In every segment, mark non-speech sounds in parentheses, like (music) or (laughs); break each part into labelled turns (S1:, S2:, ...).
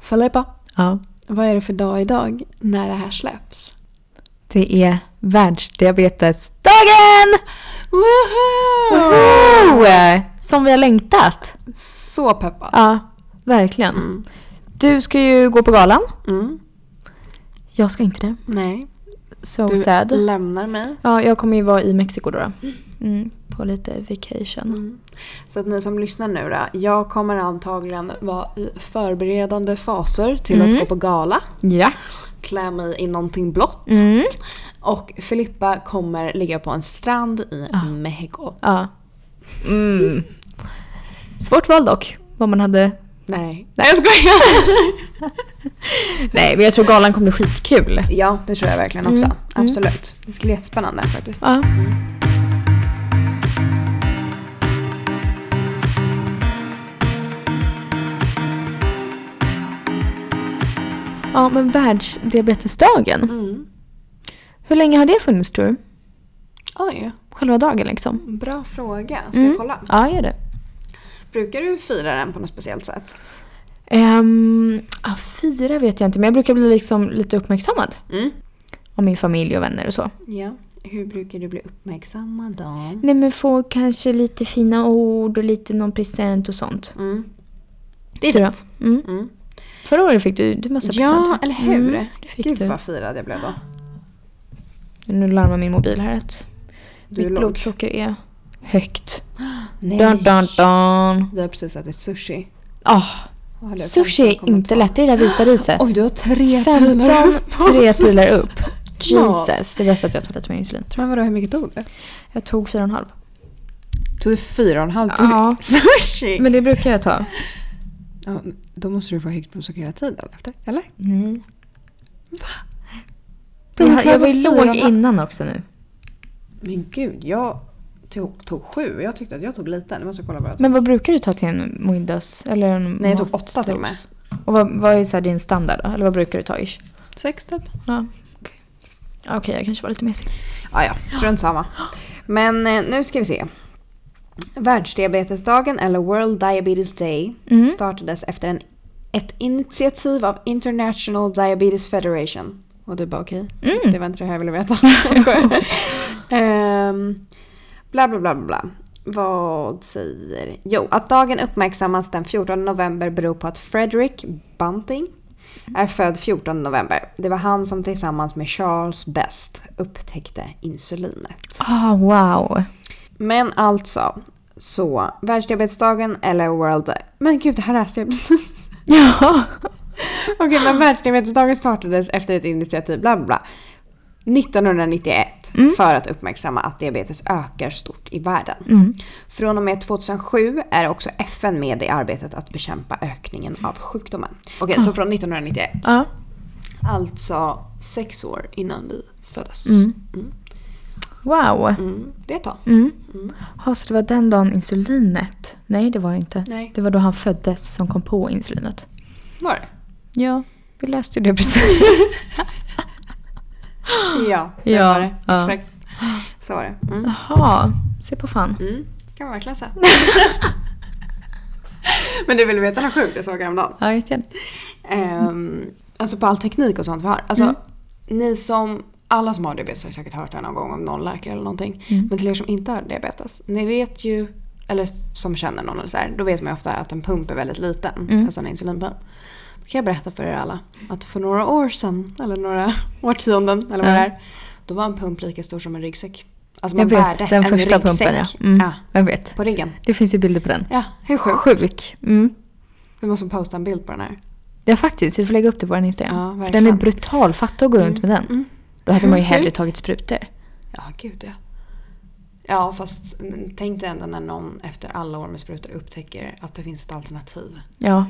S1: Filippa,
S2: Ja.
S1: vad är det för dag idag när det här släpps?
S2: Det är världsdiabetesdagen!
S1: Woho!
S2: Woho! Som vi har längtat.
S1: Så peppad.
S2: Ja, verkligen.
S1: Mm.
S2: Du ska ju gå på galan.
S1: Mm.
S2: Jag ska inte det. Mm.
S1: Nej,
S2: So
S1: du
S2: sad.
S1: lämnar mig.
S2: Ja, jag kommer ju vara i Mexiko då. då. Mm, på lite vacation.
S1: Så att ni som lyssnar nu då, jag kommer antagligen vara i förberedande faser till att gå på gala,
S2: Ja.
S1: klä mig i någonting blått
S2: Mm.
S1: och Filippa kommer ligga på en strand i Mexiko.
S2: ja. Mm. Svårt val dock. Vad man hade...
S1: Nej. Nej, jag skojar!
S2: (laughs) Nej, men jag tror galan kommer bli skitkul.
S1: Ja, det tror jag verkligen också. Absolut. Det skulle bli jättespännande faktiskt.
S2: Ja. Ja, men världsdiabetesdagen.
S1: Mm.
S2: Hur länge har det funnits tror du?
S1: Oj,
S2: Själva dagen liksom? Mm.
S1: bra fråga. Ska jag kolla?
S2: Ja, gör det.
S1: Brukar du fira den på något speciellt sätt?
S2: Um, ja, fyra vet jag inte, men jag brukar bli liksom lite uppmärksammad.
S1: Mm.
S2: Av min familj och vänner och så.
S1: Ja. Hur brukar du bli uppmärksammad då?
S2: Nej, men få kanske lite fina ord och lite någon present och sånt.
S1: Mm. Det är
S2: Tror jag.
S1: fint.
S2: Mm.
S1: Mm.
S2: Förra året fick du, du
S1: Ja,
S2: massa presenter.
S1: eller hur?
S2: Mm, det fick
S1: Gud
S2: du.
S1: vad firad jag blev då.
S2: Nu larmar min mobil här att
S1: Du är
S2: mitt
S1: låg.
S2: blodsocker är högt.
S1: Nej.
S2: Dun, dun, dun.
S1: Vi har precis ätit sushi.
S2: Ah,
S1: Och hade
S2: sushi är
S1: 15,2.
S2: inte lätt, det är det där vita riset.
S1: Oj, du har tre pilar
S2: 15,
S1: upp.
S2: tre pilar
S1: (laughs)
S2: upp.
S1: Knas.
S2: Jesus, det är bäst att jag tar lite mer insulin
S1: (laughs)
S2: tror
S1: Men vadå, hur mycket tog du?
S2: jag. Jag tog 4,5.
S1: Tog du fyra och en halv
S2: Ja.
S1: (laughs) sushi?
S2: Men det brukar jag ta.
S1: Ja, då måste du få högt blodsocker hela tiden efter, eller?
S2: Nej.
S1: Men
S2: Jag, jag var
S1: varför
S2: ju
S1: fyra
S2: låg
S1: och en halv?
S2: innan också nu.
S1: Men gud, jag tog, tog sju. Jag tyckte att jag tog lite. Nu måste jag kolla vad jag tog.
S2: Men vad brukar du ta till en middags? Eller en
S1: Nej, jag tog
S2: matdos?
S1: åtta till och med.
S2: Och vad, vad är så här din standard då? Eller vad brukar du ta ish?
S1: Sex typ.
S2: Ja, okej. Okej, jag kanske var lite mesig.
S1: Ah, ja, strunt samma. Men eh, nu ska vi se. Världsdiabetesdagen, eller World Diabetes Day,
S2: Mm.
S1: startades efter en, ett initiativ av International Diabetes Federation. Och du bara okej, det var inte det här jag ville veta. (laughs) Jag skojar. Ehm, bla bla bla bla, bla. Vad säger... Jo, att dagen uppmärksammas den 14 november beror på att Frederick Bunting är född 14 november. Det var han som tillsammans med Charles Best upptäckte insulinet.
S2: Ah, wow.
S1: (laughs) Men alltså, så världsdiabetesdagen eller World... Men gud, det här läste jag precis.
S2: Ja.
S1: Okej, men världsdiabetesdagen startades efter ett initiativ, bla bla bla. 1991
S2: Mm.
S1: för att uppmärksamma att diabetes ökar stort i världen.
S2: Mm.
S1: Från och med 2007 är också FN med i arbetet att bekämpa ökningen av sjukdomen. Okej,
S2: Ah.
S1: så från 1991.
S2: Ja.
S1: Alltså sex år innan vi föddes.
S2: Mm. Wow.
S1: Mm, Det är ett tag.
S2: Mm. Ja, så det var den dagen insulinet? Nej, det var det inte.
S1: Nej.
S2: Det var då han föddes som kom på insulinet.
S1: Var det?
S2: Ja, vi läste ju
S1: (laughs)
S2: det precis.
S1: Ja, det
S2: Ja,
S1: var det.
S2: ja.
S1: Exakt. Så var det. Mm.
S2: Jaha, se på fan.
S1: Mm. Kan man
S2: (laughs)
S1: verkligen säga. Men du vill veta något sjukt jag såg häromdagen?
S2: Ja, jättegärna.
S1: Ehm, alltså på all teknik och sånt vi har.
S2: Mm.
S1: Alltså, ni som, alla som har diabetes har säkert hört det här någon gång om någon läkare eller någonting.
S2: Mm.
S1: Men till er som inte har diabetes, ni vet ju, eller som känner någon eller så här, då vet man ju ofta att en pump är väldigt liten,
S2: Mm.
S1: alltså en insulinpump. Då kan jag berätta för er alla att för några år sedan, eller några (laughs) årtionden eller vad det är, då var en pump lika stor som en ryggsäck. Alltså man
S2: Jag
S1: bärde
S2: vet, den
S1: en
S2: första
S1: ryggsäck
S2: pumpen ja. Mm,
S1: ja,
S2: Jag vet.
S1: på ryggen.
S2: Det finns ju bilder på den.
S1: Ja, hur sjukt?
S2: Sjuk. Mm.
S1: Vi måste posta en bild på den här.
S2: Ja, faktiskt. Vi får lägga upp det på vår Instagram.
S1: Ja,
S2: För den är
S1: verkligen. Mm.
S2: brutal. Fatta att gå runt med den. Då hade
S1: (laughs)
S2: man ju hellre tagit sprutor.
S1: Ja, gud ja. Ja, fast n- tänk dig ändå när någon efter alla år med sprutor upptäcker att det finns ett alternativ.
S2: Ja.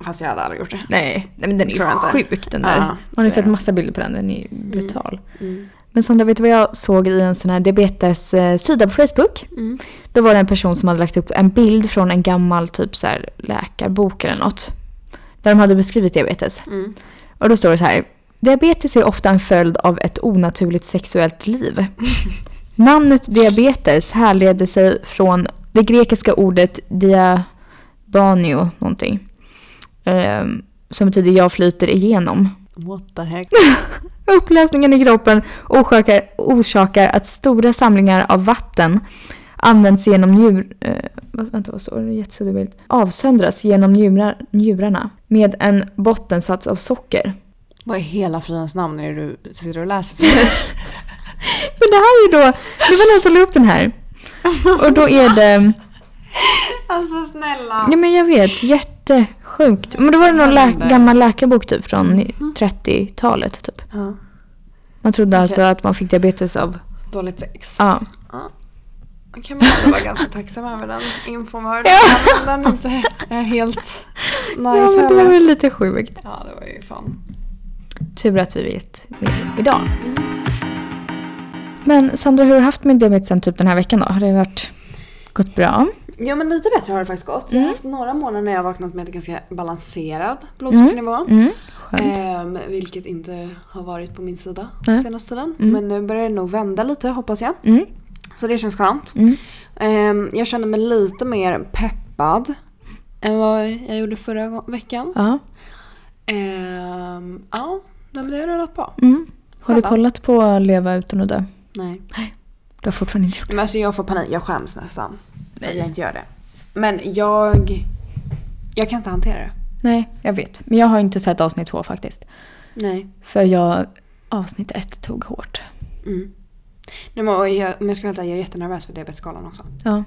S1: Fast jag hade aldrig gjort det.
S2: Nej, nej men den är
S1: Tror jag inte.
S2: ju sjuk den där. Mm.
S1: Ja,
S2: Man har
S1: det
S2: ju
S1: är
S2: sett
S1: den.
S2: massa bilder på den, den är ju brutal. Men Sandra, vet du vad jag såg i en sån här diabetes-sida på Facebook?
S1: Mm,
S2: Då var det en person som hade lagt upp en bild från en gammal typ så här läkarbok eller något. Där de hade beskrivit diabetes.
S1: mm.
S2: Och då står det så här. Diabetes är ofta en följd av ett onaturligt sexuellt liv. Namnet diabetes härleder sig från det grekiska ordet diabanio någonting. Ehm, som betyder jag flyter igenom.
S1: What the heck?
S2: Upplösningen i kroppen orsakar, orsakar att stora samlingar av vatten används genom njur... Eh, vad, vänta, vad står det? Jättesuddig bild. Avsöndras genom njurar, njurarna med en bottensats av socker.
S1: Vad i hela fridens namn är det du sitter och läser? (laughs)
S2: Men det här är ju då... Det var någon som la upp den här. Och då är det...
S1: alltså snälla.
S2: Ja men jag vet, jättesjukt. Men då var det någon lä- gammal läkarbok typ från 30-talet typ.
S1: Ja,
S2: Man trodde alltså
S1: Okej.
S2: att man fick diabetes av...
S1: dåligt sex.
S2: Ja.
S1: Man kan väl ändå vara ganska tacksam över den infon vi har
S2: Ja.
S1: idag, men den inte är helt
S2: ja
S1: nice
S2: men det var
S1: heller.
S2: väl lite sjukt.
S1: Ja, det var ju fan.
S2: Tur att vi vet mer idag. Men Sandra, hur har du haft med diabetesen typ den här veckan då? Har det varit... Gått bra?
S1: Jo men lite bättre har det faktiskt gått. Jag
S2: Mm.
S1: har haft några månader när jag har vaknat med en ganska balanserad blodsockernivå.
S2: Mm, skönt.
S1: Ehm, vilket inte har varit på min sida
S2: Nej.
S1: senaste tiden. Men nu börjar det nog vända lite hoppas jag.
S2: Mm,
S1: Så det känns skönt.
S2: Mm.
S1: Ehm, jag känner mig lite mer peppad än vad jag gjorde förra gå- veckan.
S2: ja.
S1: Ehm, ja, den blir rullat på.
S2: Mm. Har du
S1: Själva?
S2: kollat på Leva utan att dö?
S1: Nej.
S2: Du har fortfarande inte gjort
S1: Men alltså jag får panik, jag skäms nästan. Nej. Jag inte gör det. Men jag... Jag kan inte hantera det.
S2: Nej, jag vet. Men jag har inte sett avsnitt två faktiskt.
S1: Nej.
S2: För jag... Avsnitt ett tog hårt.
S1: Mm. Nej, men, och jag, om jag ska vara helt ärlig, jag är jättenervös för diabetesskalan också.
S2: Ja.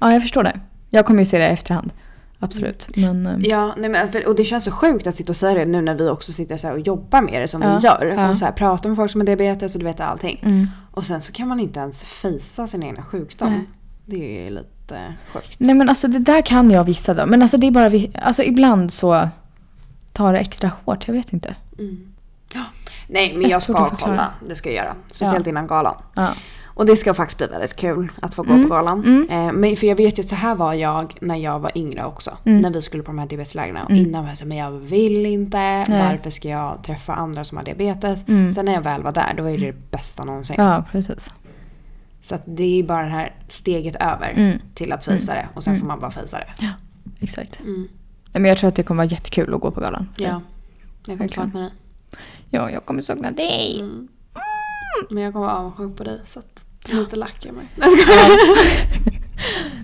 S2: Ja, jag förstår det. Jag kommer ju se det i efterhand. Absolut. Men... eh,
S1: Ja, nej men, för- och det känns så sjukt att sitta och säga det nu när vi också sitter så här och jobbar med det som
S2: Ja,
S1: vi gör.
S2: ja.
S1: Och så här, pratar med folk som har diabetes och du vet allting.
S2: Mm.
S1: Och sen så kan man inte ens fejsa sin egna sjukdom.
S2: Nej.
S1: Det är lite sjukt.
S2: Nej men alltså det där kan jag vissa då. Men alltså det är bara vi... Alltså ibland så tar det extra hårt. Jag vet inte.
S1: Mm. Ja. Nej men
S2: Jag
S1: jag,
S2: tror du
S1: ska
S2: förklarar.
S1: kolla. Det ska jag göra. Speciellt innan galan.
S2: Ja.
S1: Och det ska faktiskt bli väldigt kul att få gå
S2: Mm.
S1: på galan. Eh, men, för jag vet ju att så här var jag när jag var yngre också.
S2: Mm.
S1: När vi skulle på de här diabeteslägren. Och Innan var jag såhär, men jag vill inte. Varför ska jag träffa andra som har diabetes?
S2: Mm.
S1: Sen när jag väl var där, då var ju det det bästa någonsin.
S2: Ja, precis.
S1: Så att det är bara det här steget över
S2: Mm.
S1: till att fejsa det. Och sen får man bara fejsa det.
S2: Ja, exakt. Nej men jag tror att det kommer vara jättekul att gå på galan.
S1: Mm. Ja. Jag kommer
S2: Verkligen. Mm.
S1: sakna dig.
S2: Ja, jag kommer sakna dig.
S1: Men jag kommer vara avundsjuk på dig. Så att lite lack jag mig. Nej, jag skojar.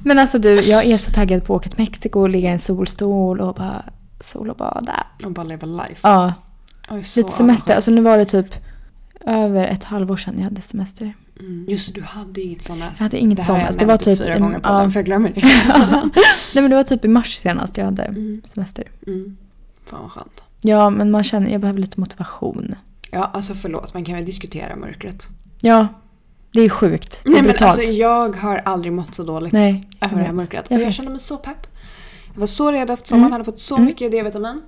S2: Men alltså du, jag är så taggad på att åka till Mexiko och ligga i en solstol och bara sol och bada.
S1: Och bara leva life.
S2: Ja,
S1: Jag är så
S2: lite semester.
S1: avundsjuk.
S2: Alltså nu var det typ över ett halvår sedan jag hade
S1: (laughs)
S2: semester.
S1: Mm. Just det, du hade inget somras.
S2: Jag hade inget
S1: det här har
S2: somras.
S1: Jag
S2: Det var
S1: nämnt
S2: typ
S1: fyra
S2: en-
S1: gånger på
S2: ja.
S1: den, för jag glömmer
S2: (laughs)
S1: det.
S2: Nej men det var typ i mars senast jag hade semester.
S1: mm. Fan vad skönt.
S2: Ja, men man känner, jag behöver lite motivation.
S1: Ja, alltså förlåt, man kan väl diskutera mörkret.
S2: Ja, det är sjukt. Det är
S1: Nej men
S2: brutalt.
S1: alltså jag har aldrig mått så dåligt
S2: Nej, jag
S1: över det här
S2: vet.
S1: mörkret.
S2: Jag
S1: Jag, jag
S2: vet. Mm.
S1: kände mig så pepp. Jag var så redo efter sommaren, hade fått så mycket D-vitamin.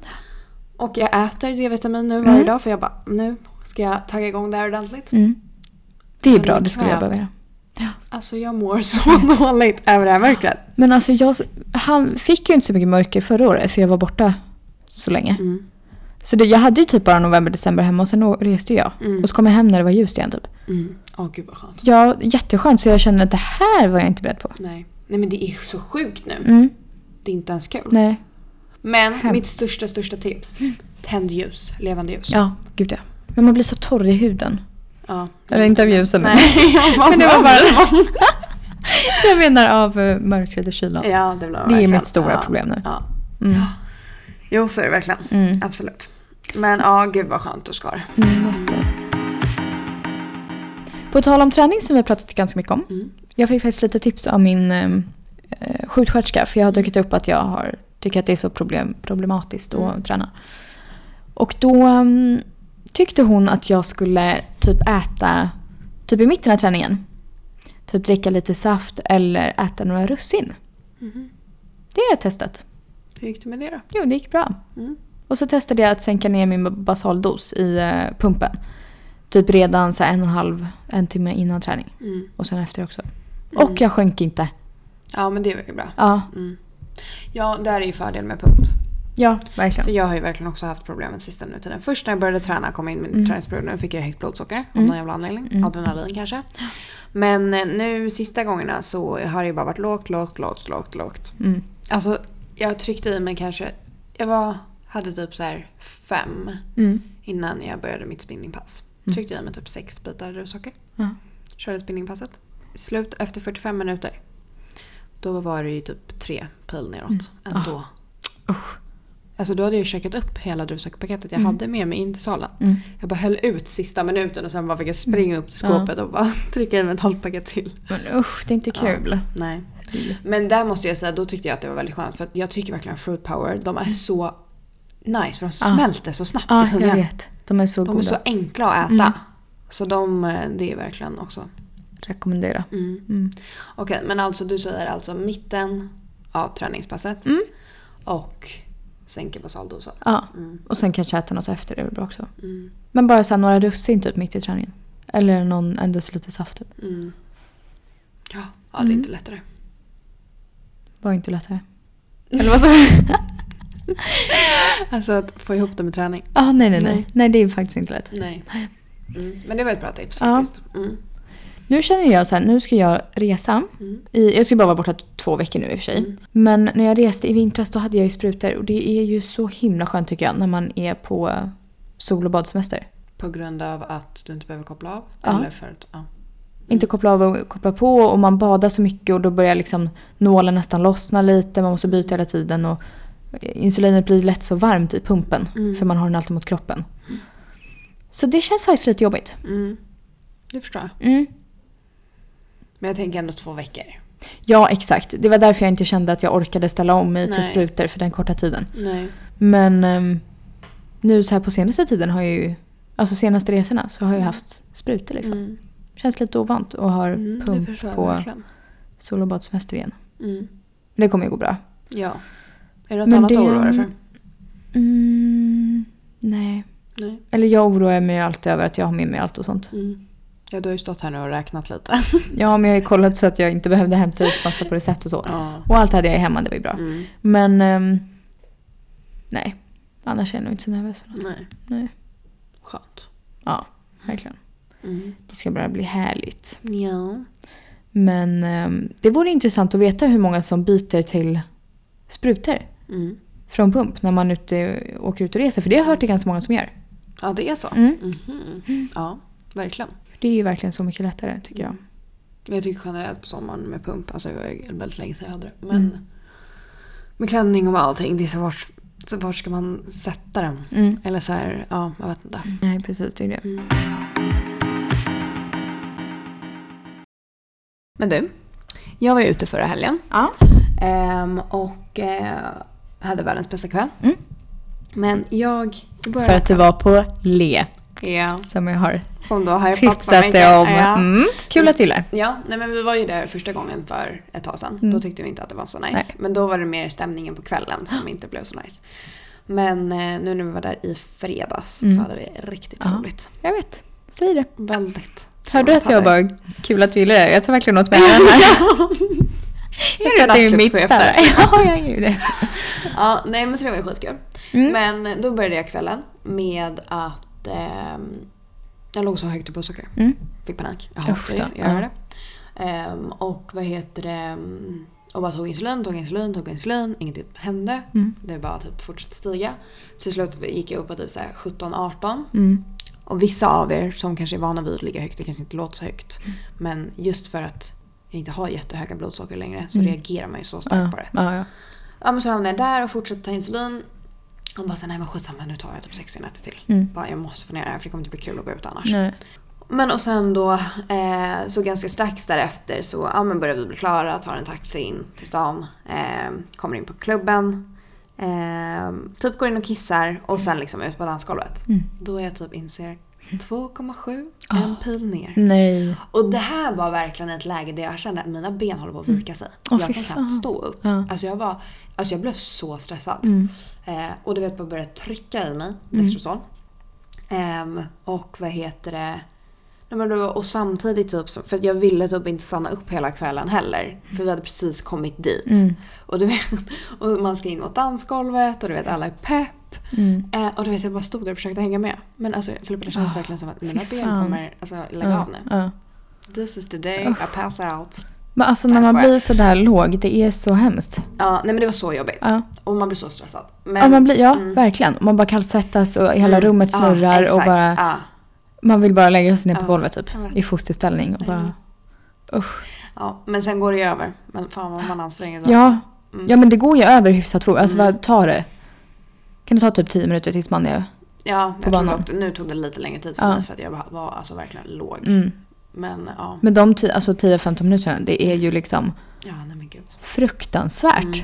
S1: Och jag äter D-vitamin nu varje dag för jag bara, nu ska jag tagga igång det här ordentligt.
S2: Mm. Det är
S1: Men
S2: bra,
S1: det
S2: det skulle jag
S1: kvävt.
S2: behöva göra.
S1: Alltså jag mår (laughs) så dåligt över det här mörkret.
S2: Men alltså jag, han fick ju inte så mycket mörker förra året för jag var borta så länge.
S1: Mm.
S2: Så det, jag hade ju typ bara november, december hemma och sen å- reste jag.
S1: Mm.
S2: Och så kom jag hem när det var ljust igen typ.
S1: Mm. Åh gud vad skönt.
S2: Ja, jätteskönt. Så jag kände att det här var jag inte beredd på.
S1: Nej. Nej men det är så sjukt nu.
S2: Mm,
S1: Det är inte ens kul.
S2: nej.
S1: Men
S2: Hemskt.
S1: mitt största, största tips. Tänd ljus, levande ljus.
S2: Ja, gud ja. Men man blir så torr i huden.
S1: Ja.
S2: Eller inte av ljusen men.
S1: Nej, (laughs)
S2: men det var bara... jag menar av eh, mörkret och kylan.
S1: Ja, det, var
S2: Det är
S1: verkligen-
S2: mitt stora
S1: ja,
S2: problem nu.
S1: Ja.
S2: Mm.
S1: Jo, så är det verkligen.
S2: Mm.
S1: Absolut. Men ja, gud vad skönt du skar.
S2: Mm, jätte. På tal om träning som vi har pratat ganska mycket om.
S1: Mm.
S2: Jag fick faktiskt lite tips av min eh, sjuksköterska. För jag har druckit upp att jag har, tycker att det är så problem, problematiskt att
S1: Mm.
S2: träna. Och då mm, tyckte hon att jag skulle typ äta, typ i mitten av träningen. Typ dricka lite saft eller äta några russin.
S1: Mhm.
S2: Det har jag testat.
S1: Hur gick det med det då?
S2: Jo, det gick bra.
S1: Mm.
S2: Och så testade jag att sänka ner min basaldos i eh, pumpen. Typ redan så här en och en halv, en timme innan träning.
S1: Mm.
S2: Och sen efter också. Och jag sjönk inte.
S1: Ja, men det var ju bra. Mm.
S2: Ja,
S1: Ja, där är ju fördel med pump.
S2: ja
S1: För
S2: verkligen.
S1: jag har ju verkligen också haft problemet sista nu tiden. Först när jag började träna kom jag in i min
S2: Mm.
S1: träningsperiod nu fick jag högt blodsocker av någon jävla anledning. Adrenalin kanske. Men eh, nu sista gångerna så har det ju bara varit lågt, lågt, lågt, lågt, lågt.
S2: Mm.
S1: Alltså jag tryckte i mig kanske, jag var Hade typ så här fem
S2: Mm.
S1: innan jag började mitt spinningpass. Tryckte i mig typ sex bitar rödsocker.
S2: Ja.
S1: Körde spinningpasset. Slut efter 45 minuter. Då var det ju typ tre pil neråt
S2: Mm.
S1: ändå.
S2: Ah.
S1: Alltså då hade jag ju checkat upp hela druvsockpaketet jag hade med mig in till salen.
S2: Mm.
S1: Jag bara höll ut sista minuten och sen bara fick jag springa upp till
S2: Ja.
S1: skåpet och bara (laughs) trycka i mig ett halvt paket till.
S2: Men usch, det är inte
S1: Ja.
S2: kul.
S1: Nej. Men där måste jag säga, då tyckte jag att det var väldigt skönt för att jag tycker verkligen fruit power, de är så nice för de smälter så snabbt
S2: Ja,
S1: i
S2: Ah. jag
S1: tungan.
S2: vet. De är så
S1: De
S2: goda.
S1: är så enkla att äta.
S2: Mm.
S1: Så de, eh, det är verkligen också.
S2: Rekommendera.
S1: Mm.
S2: Mm.
S1: Okej, men alltså du säger alltså mitten av träningspasset och sänker basaldosen.
S2: Ja.
S1: Mm.
S2: Och sen kanske äta något efter det är bra också.
S1: Mm.
S2: Men bara så här några russin typ mitt i träningen. Eller någon, en deciliter saft typ.
S1: Mm. Ja, ja, det är inte lättare.
S2: Var inte lättare. Eller vad sa (laughs) du?
S1: Alltså att få ihop det med träning.
S2: Ah, nej, nej,
S1: Nej.
S2: nej. Nej, det är faktiskt inte lätt.
S1: Nej. Mm. Men det var ett bra tips
S2: Ja.
S1: faktiskt. Mm.
S2: Nu känner jag så här, nu ska jag resa.
S1: Mm.
S2: I, jag ska bara vara borta två veckor nu i och för sig. Men när jag reste i vintras då hade jag ju sprutor och det är ju så himla skönt tycker jag när man är på sol och badsemester.
S1: På grund av att du inte behöver koppla av?
S2: Ja.
S1: Eller för att, ja.
S2: Inte koppla av och koppla på och man badar så mycket och då börjar liksom nålen nästan lossna lite, man måste byta hela tiden och insulinet blir lätt så varmt i pumpen
S1: Mm.
S2: för man har den alltid mot kroppen. Så det känns faktiskt lite jobbigt.
S1: Mm. Det förstår jag. Men jag tänker ändå två veckor.
S2: Ja, exakt. Det var därför jag inte kände att jag orkade ställa om mig till
S1: Nej.
S2: sprutor för den korta tiden.
S1: Nej.
S2: Men ehm, nu så här på senaste tiden har jag ju, alltså senaste resorna så har jag ju haft sprutor liksom.
S1: Mm.
S2: Känns lite ovant och har
S1: Mm, det
S2: pump
S1: förstår jag
S2: på
S1: verkligen.
S2: sol och badsemester igen.
S1: Mm.
S2: Men det kommer ju gå bra.
S1: Ja. Är det något
S2: Men
S1: annat
S2: det-
S1: att oroa dig för?
S2: Mm, nej.
S1: Nej.
S2: Eller jag oroar mig ju alltid över att jag har med mig allt och sånt.
S1: Mm. Ja, du har ju stått här nu och räknat lite.
S2: Ja, men jag har ju kollat så att jag inte behövde hämta ut massa på recept och så.
S1: Ja.
S2: Och allt hade jag ju hemma, det var ju bra.
S1: Mm.
S2: Men ehm, nej, annars är jag nog inte så nervös. för något.
S1: Nej.
S2: Nej.
S1: Skönt.
S2: Ja, verkligen.
S1: Mm.
S2: Det ska bara bli härligt.
S1: Ja.
S2: Men ehm, det vore intressant att veta hur många som byter till sprutor
S1: Mm.
S2: från pump när man ute, åker ut och reser. För det har jag hört det är ganska många som gör.
S1: Ja, det är så.
S2: Mm.
S1: Mhm. Ja, verkligen.
S2: Det är ju verkligen så mycket lättare tycker jag.
S1: Men jag tycker generellt på sommaren med pump, alltså det var ju väldigt länge sedan jag hade det. Men med klänning och med allting, det är så vart, så vart ska man sätta den?
S2: Mm.
S1: Eller så här, ja, jag vet inte.
S2: Nej, precis. Det är det.
S1: Men du, jag var ju ute förra helgen
S2: Ja.
S1: ehm, och eh, hade världens bästa kväll.
S2: Mm.
S1: Men jag...
S2: För att du var på Le
S1: Ja,
S2: som jag har
S1: som du har hypat så
S2: tipsat
S1: mycket.
S2: dig om.
S1: Ja.
S2: Mm, kul att du gillar.
S1: Ja, nej men vi var ju där första gången för ett tag sedan. Då tyckte vi inte att det var så nice.
S2: Mm. Nej.
S1: Men då var det mer stämningen på kvällen som inte blev så nice. Men eh, nu när vi var där i fredags
S2: Mm.
S1: så hade vi riktigt
S2: Ja.
S1: roligt.
S2: Jag vet. Säg det.
S1: Väldigt.
S2: Hör du
S1: trevligt
S2: att jag
S1: hade vi.
S2: bara, kul att du gillar det. Jag tar verkligen (laughs) åt mig äran här. Jag tror att det är mitt
S1: Dagsklubbschef där?
S2: starka. (laughs) Ja, jag är ju det. Mm.
S1: Ja, nej men så det var ju skitkul. Men då började jag kvällen med att ehm, jag låg så högt i blodsocker.
S2: Mm.
S1: Fick panik. Jag
S2: Usch
S1: hatar ju
S2: då,
S1: att
S2: ja.
S1: göra det. Ehm, och vad heter det? mm, Och bara tog insulin, tog insulin, tog insulin. Ingenting hände.
S2: Mm.
S1: Det bara typ fortsatte stiga. Till slut gick jag upp på typ så här 17-18.
S2: Mm.
S1: Och vissa av er som kanske är vana vid att ligga högt, det kanske inte låter så högt. Men just för att jag inte har jättehöga blodsocker längre så reagerar man ju så starkt
S2: Ja,
S1: på det.
S2: ja, ja.
S1: Ja men så hamnade jag där och fortsatte ta insulin. Och bara så, nej men skitsamma nu tar jag typ 60 nätter till.
S2: Mm.
S1: Bara, jag måste få ner det här för det kommer inte bli kul att gå ut annars.
S2: Nej.
S1: Men och sen då, eh, så ganska strax därefter så ja, men börjar vi bli klara, tar en taxi in till stan, eh, kommer in på klubben. Eh, typ går in och kissar och sen liksom ut på dansgolvet.
S2: Mm.
S1: Då är jag typ inser 2,7,
S2: Ah.
S1: en pil ner.
S2: Nej.
S1: Och det här var verkligen ett läge där jag kände att mina ben håller på att vika sig.
S2: Åh,
S1: jag
S2: fy
S1: kan
S2: fan.
S1: knappt stå upp.
S2: Ja.
S1: Alltså, jag var, alltså jag blev så stressad.
S2: Mm.
S1: Eh, och du vet, bara började trycka i mig Dextrosol. Ehm, och vad heter det? Nej, men då, och samtidigt typ, så- för att jag ville typ inte stanna upp hela kvällen heller. För vi hade precis kommit dit.
S2: Mm.
S1: Och, du vet, (laughs) och man ska in mot dansgolvet och du vet alla är pepp.
S2: Mm.
S1: Eh, och du vet jag bara stod där och försökte hänga med. Men alltså Filippa det känns verkligen som att mina ben
S2: Ah, fan. Ah.
S1: kommer alltså, lägga
S2: Ja,
S1: av nu.
S2: ja.
S1: This is the day I pass out.
S2: Men alltså
S1: Nej,
S2: när man
S1: jag skojar.
S2: blir sådär låg, det är så hemskt.
S1: Ja, nej men det var så jobbigt.
S2: Ja.
S1: Och man blir så stressad. Men,
S2: Ah.
S1: Mm.
S2: ja, man blir, ja verkligen. Man bara kallsvettas och hela rummet snurrar och
S1: exakt.
S2: bara,
S1: Ja.
S2: man vill bara lägga sig ner på
S1: Ja,
S2: golvet typ.
S1: jag vet.
S2: I fosterställning och bara... Usch.
S1: Ja, men sen går det ju över. Men fan vad man anstränger sig.
S2: Ja.
S1: Mm.
S2: ja, men det går ju över hyfsat fort. Alltså
S1: Mm.
S2: vad tar det? Kan det ta typ 10 minuter tills man är...
S1: ja jag tror
S2: banan.
S1: dock, nu tog det lite längre tid för
S2: Ja.
S1: mig för att jag var alltså verkligen låg.
S2: Mm.
S1: Men ja.
S2: Men de ti- alltså 10-15 minuterna, det är ju liksom
S1: ja, nej men gud.
S2: fruktansvärt.
S1: Mm.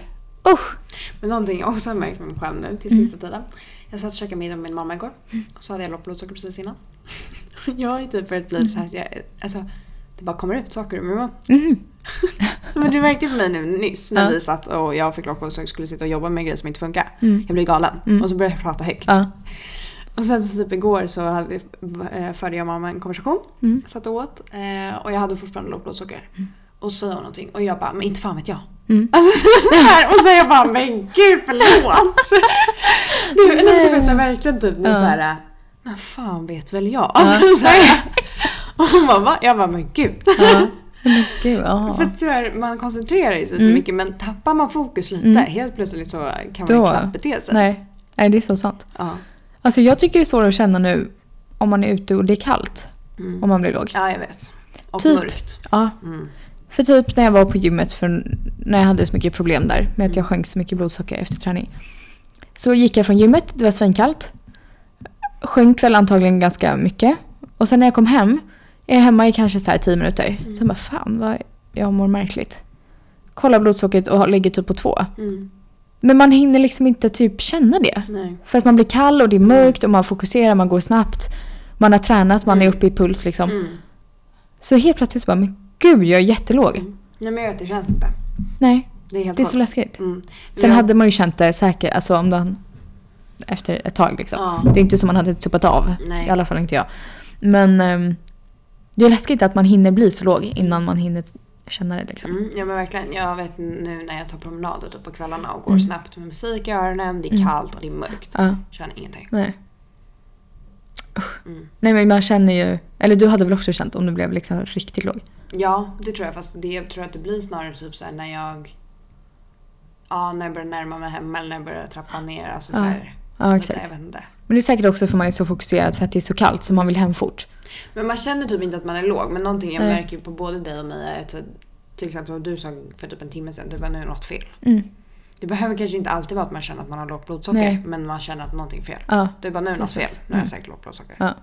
S2: Usch!
S1: Men någonting jag också har märkt med mig själv nu
S2: Mm.
S1: till sista tiden. Jag satt och käkade middag med min mamma igår. Så hade jag lågt blodsocker precis innan. (laughs) Jag är typ börjat bli så här, att jag, alltså det bara kommer ut saker ur min mun. (laughs)
S2: Mm.
S1: Men du märkte på mig nu nyss när
S2: Ja.
S1: vi satt och jag fick lågt blodsocker och skulle sitta och jobba med grejer som inte funkar.
S2: Mm.
S1: Jag blev galen
S2: Mm.
S1: och så började jag prata högt.
S2: Ja.
S1: Och sen så typ igår så hade vi, eh, förde jag och mamma en konversation.
S2: Mm.
S1: Satt och åt eh, och jag hade fortfarande lågt blodsocker. Och så sa hon någonting och jag bara, men inte fan vet jag.
S2: Mm.
S1: Alltså, det här, och så jag bara, men gud
S2: (laughs)
S1: förlåt! Du, eller du vet så här, verkligen typ nu
S2: Ja.
S1: så här, äh, men fan vet väl jag? Alltså, så här, och hon bara, "Va?" jag bara, men gud. (laughs)
S2: ja. Men gud, ja.
S1: För att tyvärr, man koncentrerar ju sig så
S2: Mm.
S1: mycket men tappar man fokus lite
S2: Mm.
S1: helt plötsligt så kan man
S2: Då-
S1: ju knappt bete sig.
S2: Nej. Nej, det är så sant.
S1: Ja.
S2: Alltså jag tycker det är svårare att känna nu om man är ute och det är kallt.
S1: Mm.
S2: Om man blir låg.
S1: ja, jag vet. Och
S2: Typ.
S1: mörkt.
S2: Ja.
S1: Mm.
S2: För typ när jag var på gymmet, för när jag hade så mycket problem där med att jag sjönk så mycket blodsocker efter träning. Så gick jag från gymmet, det var svinkallt. Sjönk väl antagligen ganska mycket. Och sen när jag kom hem, jag är hemma i kanske så här 10 minuter. Sen bara fan vad jag mår märkligt. Kollar blodsockret och ligger typ på två.
S1: Mm.
S2: Men man hinner liksom inte typ känna det.
S1: Nej.
S2: För att man blir kall och det är mörkt och man fokuserar, man går snabbt. Man har tränat, man är uppe i puls liksom.
S1: Mm.
S2: Så helt plötsligt så bara, men gud jag är jättelåg.
S1: Nej men jag vet, det känns inte.
S2: Nej,
S1: Det är helt
S2: det är så läskigt.
S1: Mm.
S2: Sen
S1: Ja.
S2: hade man ju känt det säkert, alltså om den... Efter ett tag liksom.
S1: Ja.
S2: Det är inte som man hade tuppat av.
S1: Nej.
S2: I alla fall inte jag. Men ehm, det är läskigt att man hinner bli så låg innan man hinner känna det liksom.
S1: Mm, ja men verkligen. Jag vet nu när jag tar promenader typ på kvällarna och går
S2: Mm.
S1: snabbt med musik i öronen, det är
S2: Mm.
S1: kallt och det är mörkt.
S2: Ja,
S1: Känner ingenting.
S2: nej.
S1: Mm.
S2: Nej men man känner ju, eller du hade väl också känt om du blev liksom riktigt låg?
S1: Ja, det tror jag. Fast det tror jag att det blir snarare typ såhär när jag... Ja, när jag börjar närma mig hem eller när jag börjar trappa ner. Alltså
S2: Ja.
S1: såhär...
S2: Ja
S1: lite,
S2: exakt.
S1: Jag vet inte.
S2: Men det är säkert också för man är så fokuserad för att det är så kallt så man vill hem fort.
S1: Men man känner typ inte att man är låg. Men någonting jag
S2: Nej.
S1: märker på både dig och mig är att så- till exempel vad du sa för typ en timme sedan, du bara nu är något fel.
S2: Mm.
S1: Det behöver kanske inte alltid vara att man känner att man har lågt blodsocker.
S2: Nej.
S1: Men man känner att någonting är fel.
S2: Ja.
S1: Du bara nu är något fel.
S2: Precis.
S1: Nu har
S2: Mm.
S1: jag säkert lågt blodsocker.
S2: Ja.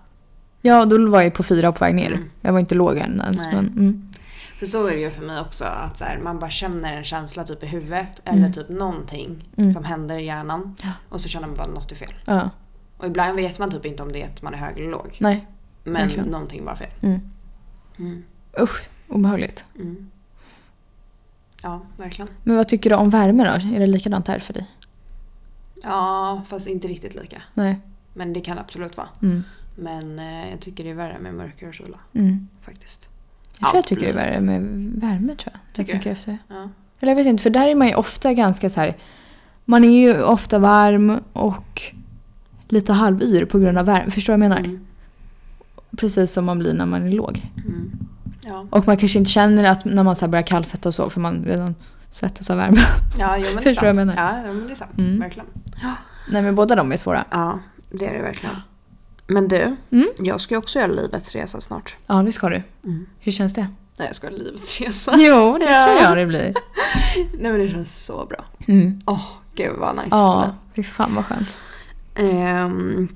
S2: ja, då var jag på fyra på väg ner.
S1: Mm.
S2: Jag var inte låg än ens.
S1: Nej.
S2: Men, mm.
S1: För så är det ju för mig också att så här, man bara känner en känsla typ i huvudet
S2: Mm.
S1: eller typ någonting
S2: Mm.
S1: som händer i hjärnan
S2: Ja.
S1: och så känner man bara något är fel.
S2: ja.
S1: Och ibland vet man typ inte om det är att man är hög eller låg.
S2: Nej,
S1: men
S2: verkligen.
S1: någonting bara fel.
S2: Mm.
S1: Mm.
S2: usch. Obehagligt.
S1: Mm. Ja, verkligen.
S2: Men vad tycker du om värme då? Är det likadant här för dig?
S1: Ja, fast inte riktigt lika.
S2: Nej.
S1: Men det kan absolut vara.
S2: Mm.
S1: Men eh, jag tycker det är värre med mörker och kyla
S2: Mm.
S1: faktiskt.
S2: Jag tror jag
S1: Allt
S2: tycker det är
S1: blir-
S2: värre med värme tror jag. jag.
S1: Tycker du?
S2: tänker efter.
S1: Ja.
S2: Eller jag vet inte, för där är man ju ofta ganska så här. Man är ju ofta varm och lite halvyr på grund av värme. Förstår du vad jag menar?
S1: Mm.
S2: Precis som man blir när man är låg.
S1: Mm. Ja,
S2: Och man kanske inte känner att när man så här börjar kallsätta och så för man redan svettas av värme.
S1: ja jo, men det är
S2: Förstår du vad
S1: sant.
S2: jag menar?
S1: Ja, jo, men det är sant.
S2: Mm.
S1: Verkligen.
S2: (laughs) Nej men båda de är svåra.
S1: Ja, det är det verkligen. Men du,
S2: Mm.
S1: jag ska ju också göra livets resa snart.
S2: Ja det ska du.
S1: Mm.
S2: Hur känns det?
S1: Nej, jag ska göra livets resa. (laughs)
S2: Jo det
S1: Ja.
S2: tror jag det blir.
S1: Nej men det känns så bra.
S2: Mm.
S1: Åh, gud vad nice det
S2: Ja, fy fan vad skönt.
S1: ska bli. Ehm,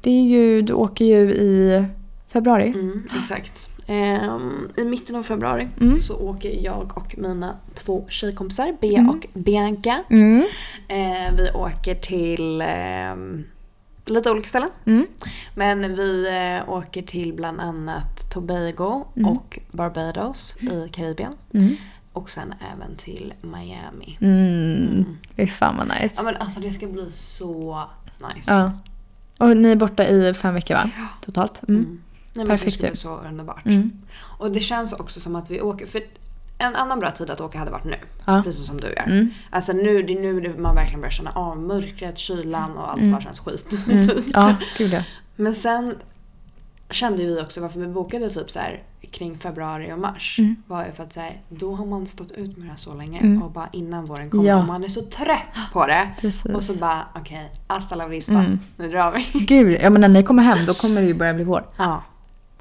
S2: Det är ju, du åker ju i februari.
S1: mm, exakt. Ehm, I mitten av februari
S2: Mm.
S1: så åker jag och mina två tjejkompisar, Bea
S2: Mm.
S1: och Bianca.
S2: Mm.
S1: Ehm, vi åker till ehm, lite olika ställen.
S2: Mm.
S1: Men vi eh, åker till bland annat Tobago
S2: Mm.
S1: och Barbados i Karibien.
S2: Mm.
S1: Och sen även till Miami.
S2: Mm. Fy fan vad nice.
S1: Ja men alltså det ska bli så nice.
S2: Ja. Och ni är borta i fem veckor va?
S1: Ja.
S2: Totalt.
S1: Mm.
S2: Mm.
S1: Nej, men
S2: Perfekt
S1: Det ska
S2: ju.
S1: bli så underbart.
S2: Mm.
S1: Och det känns också som att vi åker, för en annan bra tid att åka hade varit nu.
S2: Ja.
S1: Precis som du gör.
S2: Mm.
S1: Alltså nu, det är nu det- man verkligen börjar känna av (laughs) mörkret, kylan och allt bara känns skit.
S2: Mm.
S1: typ.
S2: Ja, gud ja.
S1: Men sen kände ju vi också varför vi bokade typ så här kring februari och mars
S2: Mm.
S1: var ju för att så här, då har man stått ut med det här så länge
S2: Mm.
S1: och bara innan våren kommer
S2: Ja.
S1: och man är så trött på det.
S2: Precis.
S1: Och så bara okej, hasta la vista,
S2: Mm.
S1: nu drar
S2: (laughs)
S1: vi.
S2: Gud, ja men när ni kommer hem då kommer det ju börja bli vår.
S1: Ja,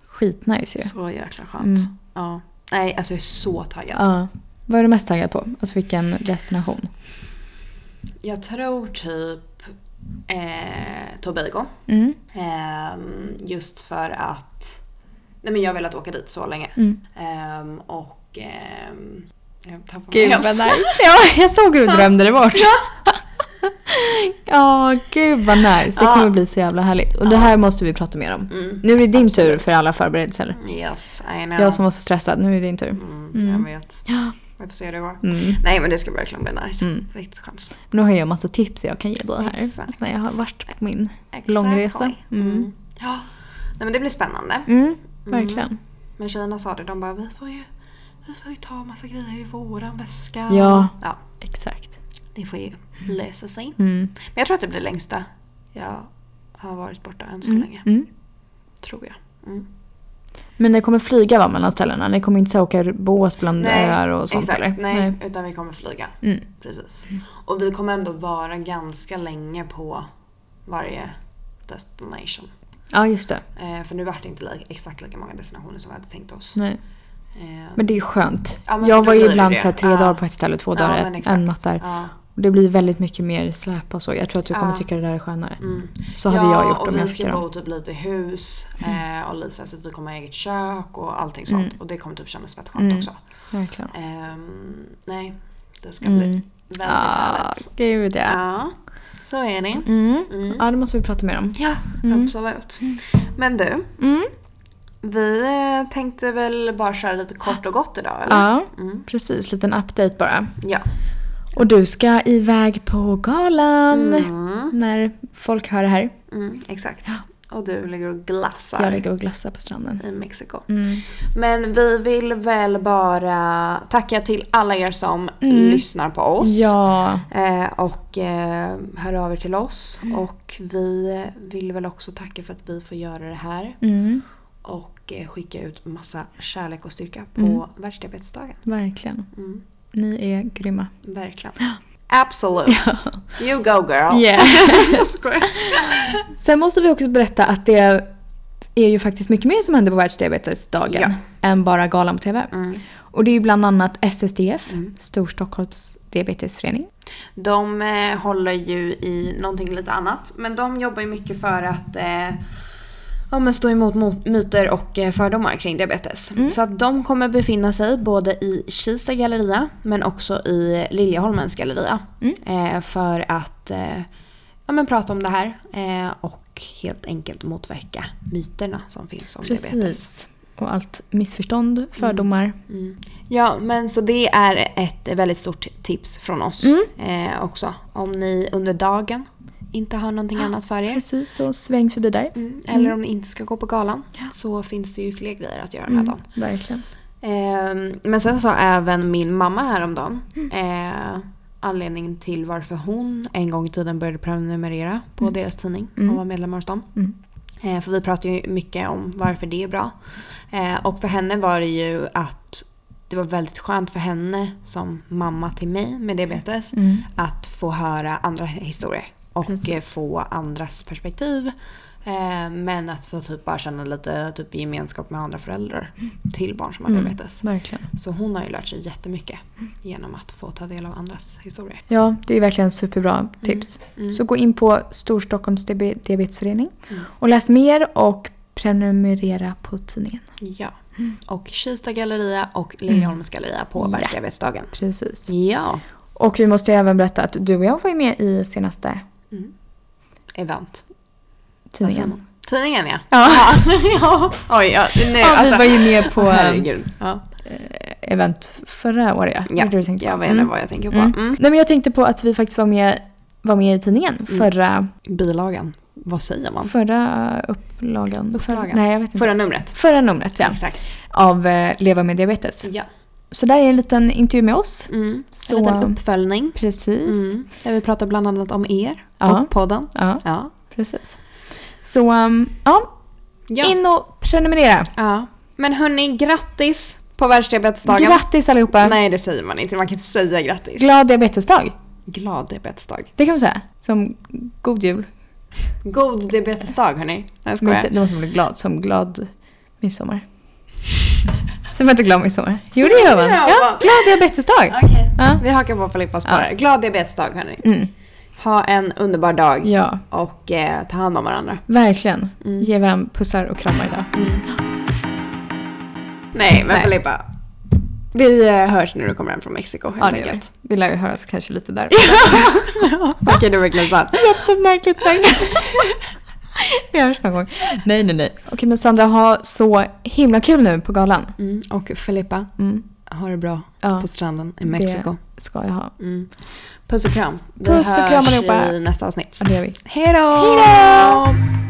S2: Skitnice ju.
S1: så jäkla skönt.
S2: Mm.
S1: Ja. Nej, alltså jag är så taggad.
S2: Ja. Vad är du mest taggad på? Alltså vilken destination?
S1: Jag tror typ eh, Tobago.
S2: Mm.
S1: Ehm, just för att nej men jag har velat åka dit så länge.
S2: Mm.
S1: Ehm, och ehm, jag tappar mig
S2: Gud
S1: helt.
S2: vad nice. Ja, jag såg hur du drömde det bort. (laughs) Ja, gud vad nice. Det
S1: Ja.
S2: kommer bli så jävla härligt. Och det
S1: Ja.
S2: här måste vi prata mer om.
S1: Mm.
S2: Nu är det din
S1: Absolut.
S2: tur för alla förberedelser.
S1: Yes, I know.
S2: Jag som var så stressad, nu är det din tur.
S1: mm,
S2: Mm.
S1: Jag vet.
S2: Ja.
S1: Vi får se hur det går.
S2: Mm.
S1: Nej men det ska verkligen bli nice.
S2: Mm.
S1: Riktigt skönt.
S2: Men Nu har jag massa tips jag kan ge dig här.
S1: Exakt.
S2: När jag har varit på min.
S1: Exactly.
S2: Långresa. Mm.
S1: Mm. Ja. Nej men det blir spännande.
S2: Mm, verkligen.
S1: Men tjejerna sa det, de bara vi får ju, vi får ju ta massa grejer i våran väska.
S2: Ja.
S1: ja.
S2: Exakt.
S1: Det får ju lösa sig.
S2: Mm.
S1: Men jag tror att det blir längsta jag har varit borta än så länge.
S2: Mm.
S1: Tror jag. Mm.
S2: Men ni kommer flyga va mellan ställena? Ni kommer inte så här åka bås bland öar och sånt
S1: exakt.
S2: eller?
S1: Nej, utan vi kommer flyga.
S2: Mm.
S1: Precis. Och vi kommer ändå vara ganska länge på varje destination.
S2: Ja just det.
S1: Eh, för nu vart det inte li- exakt lika många destinationer som vi hade tänkt oss.
S2: Nej.
S1: Eh,
S2: Men det är ju skönt.
S1: Ja, men
S2: jag
S1: för då
S2: var ju
S1: blir det
S2: ibland
S1: det.
S2: så här, tre
S1: Ja.
S2: dagar på ett ställe och två dagar
S1: men
S2: ett,
S1: exakt.
S2: än något där.
S1: Ja,
S2: Och det blir väldigt mycket mer släp och så. Jag tror att du kommer
S1: Ja.
S2: tycka det där är skönare.
S1: mm.
S2: Så hade jag gjort om
S1: och vi
S2: jag
S1: ska
S2: fick dem.
S1: bo typ lite i hus eh, och Lisa så att vi kommer ha eget kök och allting sånt.
S2: Mm.
S1: Och det kommer typ kännas fett skönt
S2: Mm.
S1: också.
S2: Verkligen.
S1: Ehm, nej, det ska bli
S2: Mm.
S1: väldigt
S2: Ah,
S1: härligt.
S2: gud ja.
S1: Ja, så är det.
S2: Mm.
S1: Mm.
S2: Ja, det måste vi prata mer om.
S1: Ja,
S2: Mm.
S1: absolut. Men du,
S2: Mm.
S1: vi eh, tänkte väl bara köra lite kort och gott idag eller?
S2: Ja,
S1: Mm.
S2: precis. Liten update bara.
S1: Ja.
S2: Och du ska iväg på galan.
S1: Mm.
S2: När folk hör det här.
S1: Mm, exakt. Och du ligger och glassar
S2: Jag ligger och glassar på stranden.
S1: i Mexiko.
S2: Mm.
S1: Men vi vill väl bara tacka till alla er som lyssnar på oss.
S2: Mm. Ja.
S1: Eh, och eh, hör över till oss.
S2: Mm.
S1: Och vi vill väl också tacka för att vi får göra det här.
S2: Mm.
S1: Och eh, skicka ut massa kärlek och styrka på
S2: Mm.
S1: världsdiabetesdagen.
S2: Verkligen.
S1: Mm.
S2: Ni är grymma.
S1: Verkligen. Absolut. You go girl. (laughs) Jag skojar.
S2: Sen måste vi också berätta att det är ju faktiskt mycket mer som händer på världsdiabetesdagen
S1: Ja.
S2: än bara galan på TV.
S1: Mm.
S2: Och det är ju bland annat SSDF,
S1: Mm.
S2: Storstockholms diabetesförening.
S1: De eh, håller ju i någonting lite annat. Men de jobbar ju mycket för att eh, ja, men stå emot mo- myter och eh, fördomar kring diabetes. Så att de kommer befinna sig både i Kista galleria men också i Liljeholmens galleria. Eh, för att eh, ja, men prata om det här eh, och helt enkelt motverka myterna som finns om diabetes.
S2: Och allt missförstånd, fördomar.
S1: Mm. Ja, men så det är ett väldigt stort tips från oss eh, också. Om ni under dagen inte har någonting annat för er.
S2: Precis, så sväng förbi där.
S1: Mm, eller om ni inte ska gå på galan så finns det ju fler grejer att göra den här dagen.
S2: Mm. Verkligen.
S1: Eh, men sen sa även min mamma häromdagen eh, anledningen till varför hon en gång i tiden började prenumerera på deras tidning. Hon var medlem hos dem. Eh, för vi pratar ju mycket om varför det är bra. Eh, och för henne var det ju att det var väldigt skönt för henne som mamma till mig med diabetes
S2: Mm.
S1: att få höra andra historier och eh, få andras perspektiv. Eh, men att få typ bara känna lite typ, gemenskap med andra föräldrar till barn som har diabetes.
S2: Verkligen.
S1: Så hon har ju lärt sig jättemycket genom att få ta del av andras historier.
S2: Ja, det är verkligen superbra tips.
S1: Mm.
S2: Så gå in på Storstockholms diabe- diabetesförening och läs mer och prenumerera på tidningen.
S1: Ja. Och Kista galleria och Liljeholms galleria på världsdiabetesdagen.
S2: Precis.
S1: Mm. Ja.
S2: Och vi måste ju även berätta att du och jag var ju med i senaste
S1: Event. Vad säger
S2: tidningen.
S1: man? Tidningen ja.
S2: Ja,
S1: (laughs) ja. Oj, ja. Nej,
S2: ja vi
S1: alltså.
S2: var ju
S1: (laughs)
S2: med på eh,
S1: Herregud. Ja,
S2: event förra året. ja.
S1: ja.
S2: Gjorde du tänkt på?
S1: jag vet inte
S2: Mm.
S1: vad jag tänker på.
S2: Mm.
S1: Mm. Mm.
S2: Nej men jag tänkte på att vi faktiskt var med, var med i tidningen förra,
S1: Bilagan. Vad säger man?
S2: förra upplagan. Förra,
S1: Upplagan.
S2: nej jag vet inte.
S1: Förra numret.
S2: Förra numret ja.
S1: Exakt.
S2: Av eh, Leva med diabetes.
S1: Ja.
S2: Så där är en liten intervju med oss.
S1: Mm.
S2: Så-
S1: En liten uppföljning.
S2: Precis.
S1: Mm. Där vi pratar bland annat om er
S2: Ja.
S1: och podden.
S2: Ja,
S1: Ja.
S2: precis. Så um, ja,
S1: Ja.
S2: In och prenumerera.
S1: ja. Men hörni, grattis på världsdiabetesdagen.
S2: Grattis allihopa!
S1: Nej, det säger man inte. Man kan inte säga grattis.
S2: Glad diabetesdag!
S1: Glad diabetesdag.
S2: Det kan man säga. Som god jul.
S1: God diabetesdag, hörni. Nej, jag
S2: Men inte-
S1: skojar.
S2: Då måste man bli glad. Som glad midsommar. Sen var inte glad midsommar. Jo, det gör man.
S1: Ja,
S2: Ja,
S1: man.
S2: glad diabetesdag!
S1: Okej.
S2: Ja.
S1: Vi hakar på Filippas på
S2: Ja.
S1: det. Glad diabetesdag, hörni.
S2: Mm.
S1: Ha en underbar dag.
S2: Ja,
S1: Och eh, ta hand om varandra.
S2: verkligen.
S1: Mm.
S2: Ge varandra pussar och kramar idag.
S1: Nej, men
S2: Nej.
S1: Filippa. Vi eh, hörs när du kommer hem från Mexiko, helt
S2: Ja, det gör vi.
S1: enkelt.
S2: Vi lär ju höras kanske lite (laughs) där.
S1: (laughs) Okej, det är verkligen sant.
S2: Jättemärkligt sagt. Vi hörs någon gång. Nej, nej, nej. Okej, men Sandra, ha så himla kul nu på galan.
S1: Mm, och Filippa,
S2: Mm.
S1: ha det bra
S2: Ja.
S1: på stranden i Mexiko.
S2: Ska jag ha.
S1: Mm. Puss och kram. Vi
S2: Puss och kram
S1: hörs
S2: allihopa.
S1: i nästa avsnitt.
S2: Ja, det gör vi.
S1: Hej då!
S2: Hej då!